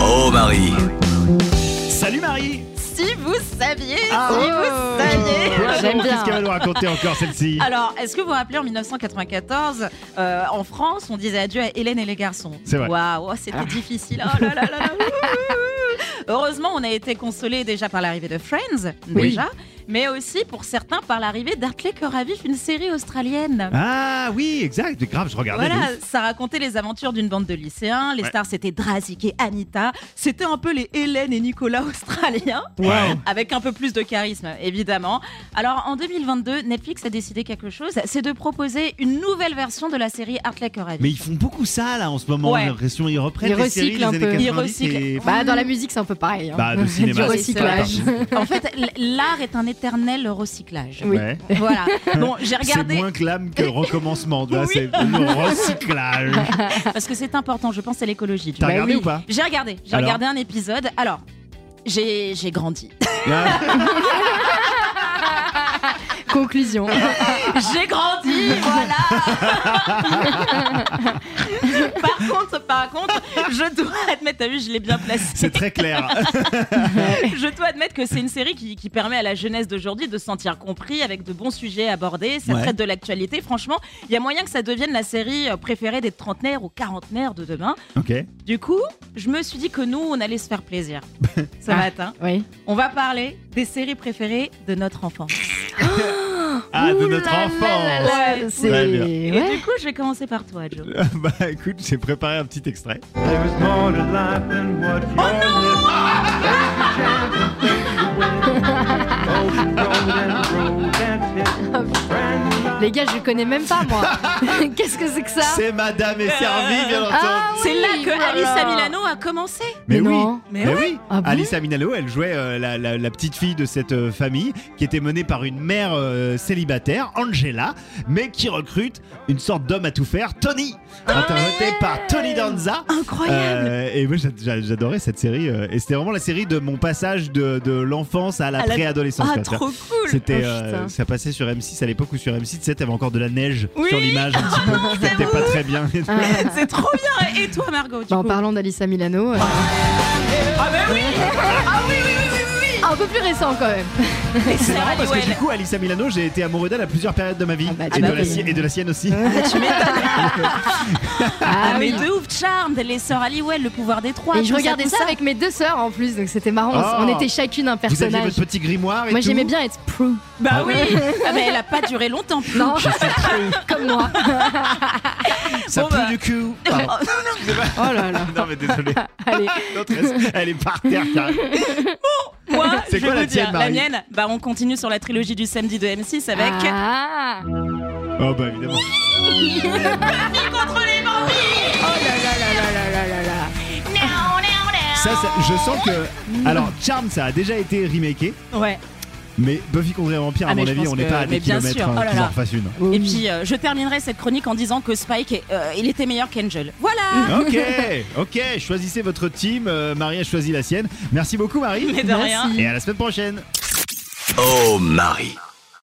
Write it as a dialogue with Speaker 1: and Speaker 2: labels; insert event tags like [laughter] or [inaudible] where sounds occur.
Speaker 1: Oh Marie
Speaker 2: Salut Marie
Speaker 3: Si vous saviez,
Speaker 2: Ah.
Speaker 3: si vous saviez.
Speaker 2: Alors,
Speaker 3: J'aime
Speaker 2: Qu'est-ce
Speaker 3: bien.
Speaker 2: qu'elle va nous raconter encore
Speaker 4: [laughs]
Speaker 2: celle-ci
Speaker 3: Alors, est-ce que vous vous rappelez en 1994, euh, en France, on disait adieu à Hélène et les garçons
Speaker 2: C'est vrai. Ah.
Speaker 3: Waouh, oh, c'était difficile. Oh là là là [laughs] là, ouh, ouh, ouh. Heureusement, on a été consolés déjà par l'arrivée de Friends, déjà, mais aussi pour certains par l'arrivée d'Hartley Coravif, une série australienne.
Speaker 2: Ah oui, exact, grave, je regardais.
Speaker 3: Voilà,
Speaker 2: de ouf.
Speaker 3: ça racontait les aventures d'une bande de lycéens. Les
Speaker 2: Ouais.
Speaker 3: stars, c'était Drazik et Anita. C'était un peu les Hélène et Nicolas [laughs] australiens,
Speaker 2: Wow.
Speaker 3: avec un peu plus de charisme, évidemment. Alors, en 2022, Netflix a décidé quelque chose c'est de proposer une nouvelle version de la série Hartley Coralie.
Speaker 2: Mais ils font beaucoup ça là en ce moment,
Speaker 3: Ouais.
Speaker 2: j'ai l'impression ils reprennent
Speaker 4: Ils
Speaker 2: les
Speaker 4: recyclent
Speaker 2: séries des
Speaker 4: un
Speaker 2: années
Speaker 4: peu.
Speaker 2: 90
Speaker 3: Ils recyclent.
Speaker 2: et-
Speaker 4: Bah, dans la musique, c'est un peu pareil. hein.
Speaker 2: Bah, le cinéma,
Speaker 4: [laughs] du
Speaker 2: c'est
Speaker 4: recyclage.
Speaker 3: En fait, l- l'art est un éternel recyclage.
Speaker 4: Oui.
Speaker 2: Ouais.
Speaker 3: Voilà. Bon,
Speaker 2: [laughs]
Speaker 3: j'ai
Speaker 2: C'est
Speaker 3: regardé
Speaker 2: moins clame que recommencement, tu vois,
Speaker 3: Oui.
Speaker 2: c'est
Speaker 4: [laughs]
Speaker 2: le recyclage. [laughs]
Speaker 3: parce que c'est important. Je pense à l'écologie. tu
Speaker 2: T'as
Speaker 3: vois.
Speaker 2: regardé
Speaker 4: oui.
Speaker 2: ou pas
Speaker 3: J'ai regardé. J'ai
Speaker 2: Alors
Speaker 3: regardé un épisode. Alors, j'ai j'ai grandi.
Speaker 2: [laughs]
Speaker 4: Conclusion.
Speaker 3: J'ai grandi, voilà. par contre, par contre, je dois admettre, t'as vu, je l'ai bien placé.
Speaker 2: C'est très clair.
Speaker 3: Je dois admettre que c'est une série qui, qui permet à la jeunesse d'aujourd'hui de se sentir compris avec de bons sujets abordés. Ça
Speaker 2: Ouais.
Speaker 3: traite de l'actualité. Franchement, il y a moyen que ça devienne la série euh, préférée des trentenaires ou quarantenaires de demain.
Speaker 2: Ok.
Speaker 3: Du coup, je me suis dit que nous, on allait se faire plaisir ce
Speaker 4: Ah.
Speaker 3: matin.
Speaker 4: Oui.
Speaker 3: On va parler des séries préférées de notre enfant.
Speaker 2: Ah, de notre
Speaker 4: enfant
Speaker 2: enfance.
Speaker 4: C'est.
Speaker 2: Très bien.
Speaker 4: Ouais.
Speaker 3: Et du coup, je vais commencer par toi, Joe.
Speaker 2: [laughs] Bah écoute, j'ai préparé un petit extrait.
Speaker 5: There is more to life than what you're living.
Speaker 4: Les gars, je connais même pas moi. [laughs] Qu'est-ce que c'est que ça
Speaker 2: C'est Madame est servie, bien entendu.
Speaker 4: Ah
Speaker 3: C'est là
Speaker 4: Oui,
Speaker 3: que
Speaker 4: voilà.
Speaker 3: Alice Milano a commencé.
Speaker 2: Mais,
Speaker 4: Mais
Speaker 2: oui,
Speaker 4: non.
Speaker 2: mais,
Speaker 3: Mais
Speaker 2: oui.
Speaker 4: Ah bon
Speaker 2: Alice Aminalo, elle jouait euh, la, la- la petite fille de cette euh, famille qui était menée par une mère euh, célibataire, Angela, mais qui recrute une sorte d'homme à tout faire, Tony, interprété par Tony Danza.
Speaker 3: Incroyable.
Speaker 2: Euh, et moi j'a- j'a- j'adorais cette série euh, et c'était vraiment la série de mon passage de, de l'enfance à la
Speaker 3: À la-
Speaker 2: préadolescence.
Speaker 3: ah,
Speaker 2: quoi, tu vois.
Speaker 3: trop cool.
Speaker 2: C'était
Speaker 4: Oh,
Speaker 2: euh,
Speaker 4: putain.
Speaker 2: ça passait sur M6 à l'époque ou sur M6, tu sais, t'avais encore de la neige
Speaker 3: Oui.
Speaker 2: sur l'image un petit peu, qui captait pas très bien.
Speaker 4: Ah.
Speaker 3: C'est trop bien. Et toi, Margot du
Speaker 4: Bah, en
Speaker 3: coup
Speaker 4: parlant d'Alissa Milano. euh,
Speaker 3: Ah, bah oui. Ah, oui, oui, oui, oui, oui.
Speaker 4: Un peu plus récent quand même.
Speaker 3: Et
Speaker 2: C'est
Speaker 3: Sarah
Speaker 2: marrant parce que
Speaker 3: Halliwell.
Speaker 2: du coup, Alissa Milano, j'ai été amoureux d'elle à plusieurs périodes de ma vie.
Speaker 4: Ah bah,
Speaker 2: et,
Speaker 4: tu
Speaker 2: de
Speaker 4: m'as
Speaker 2: la
Speaker 4: payé.
Speaker 2: si- et de la sienne aussi.
Speaker 3: Ah, mais
Speaker 4: oui.
Speaker 3: de ouf, Charmed, les sœurs Halliwell, le pouvoir des trois.
Speaker 4: Et je
Speaker 3: tout
Speaker 4: regardais
Speaker 3: tout
Speaker 4: ça avec mes deux sœurs en plus, donc c'était marrant.
Speaker 2: Oh.
Speaker 4: On était chacune un
Speaker 2: Vous aviez
Speaker 4: personnage.
Speaker 2: votre petit grimoire et
Speaker 4: Moi
Speaker 2: tout.
Speaker 4: j'aimais bien être Prue.
Speaker 3: Bah oui. Ah, mais elle a pas duré longtemps. plus.
Speaker 4: Non, [laughs] comme moi.
Speaker 2: Ça
Speaker 3: Bon,
Speaker 2: pue
Speaker 3: bah.
Speaker 2: du cul.
Speaker 3: Oh,
Speaker 2: Pardon.
Speaker 3: [laughs] non, non.
Speaker 4: Oh là là.
Speaker 2: Non mais [laughs] désolé.
Speaker 4: Allez.
Speaker 2: L'autre, elle- elle est par terre. carrément.
Speaker 3: Moi,
Speaker 2: C'est
Speaker 3: je
Speaker 2: quoi
Speaker 3: vais
Speaker 2: la
Speaker 3: vous dire,
Speaker 2: tienne,
Speaker 3: la
Speaker 2: Marie
Speaker 3: mienne, bah on continue sur la trilogie du samedi de M6 avec
Speaker 4: Ah.
Speaker 2: Oh bah évidemment.
Speaker 3: Contre les
Speaker 4: Oh là là là là là là là là.
Speaker 2: Ça, ça- je sens que. Alors, Charm, ça a déjà été remaké,
Speaker 3: bambins. Ouais.
Speaker 2: mais Buffy contre les vampires, à
Speaker 3: Ah, mais
Speaker 2: mon
Speaker 3: je
Speaker 2: avis,
Speaker 3: pense
Speaker 2: on n'est
Speaker 3: que-
Speaker 2: pas à des
Speaker 3: mais bien
Speaker 2: kilomètres
Speaker 3: sûr.
Speaker 2: hein,
Speaker 3: Oh là
Speaker 2: qu'ils en
Speaker 3: là.
Speaker 2: refassent
Speaker 3: [laughs]
Speaker 2: une.
Speaker 3: Et puis euh, je terminerai cette chronique en disant que Spike, est- euh, il était meilleur qu'Angel. Voilà.
Speaker 2: Ok, ok. Choisissez votre team. euh, Marie a choisi la sienne. Merci beaucoup, Marie.
Speaker 3: Mais de rien.
Speaker 2: Et à la semaine prochaine.
Speaker 1: Oh Marie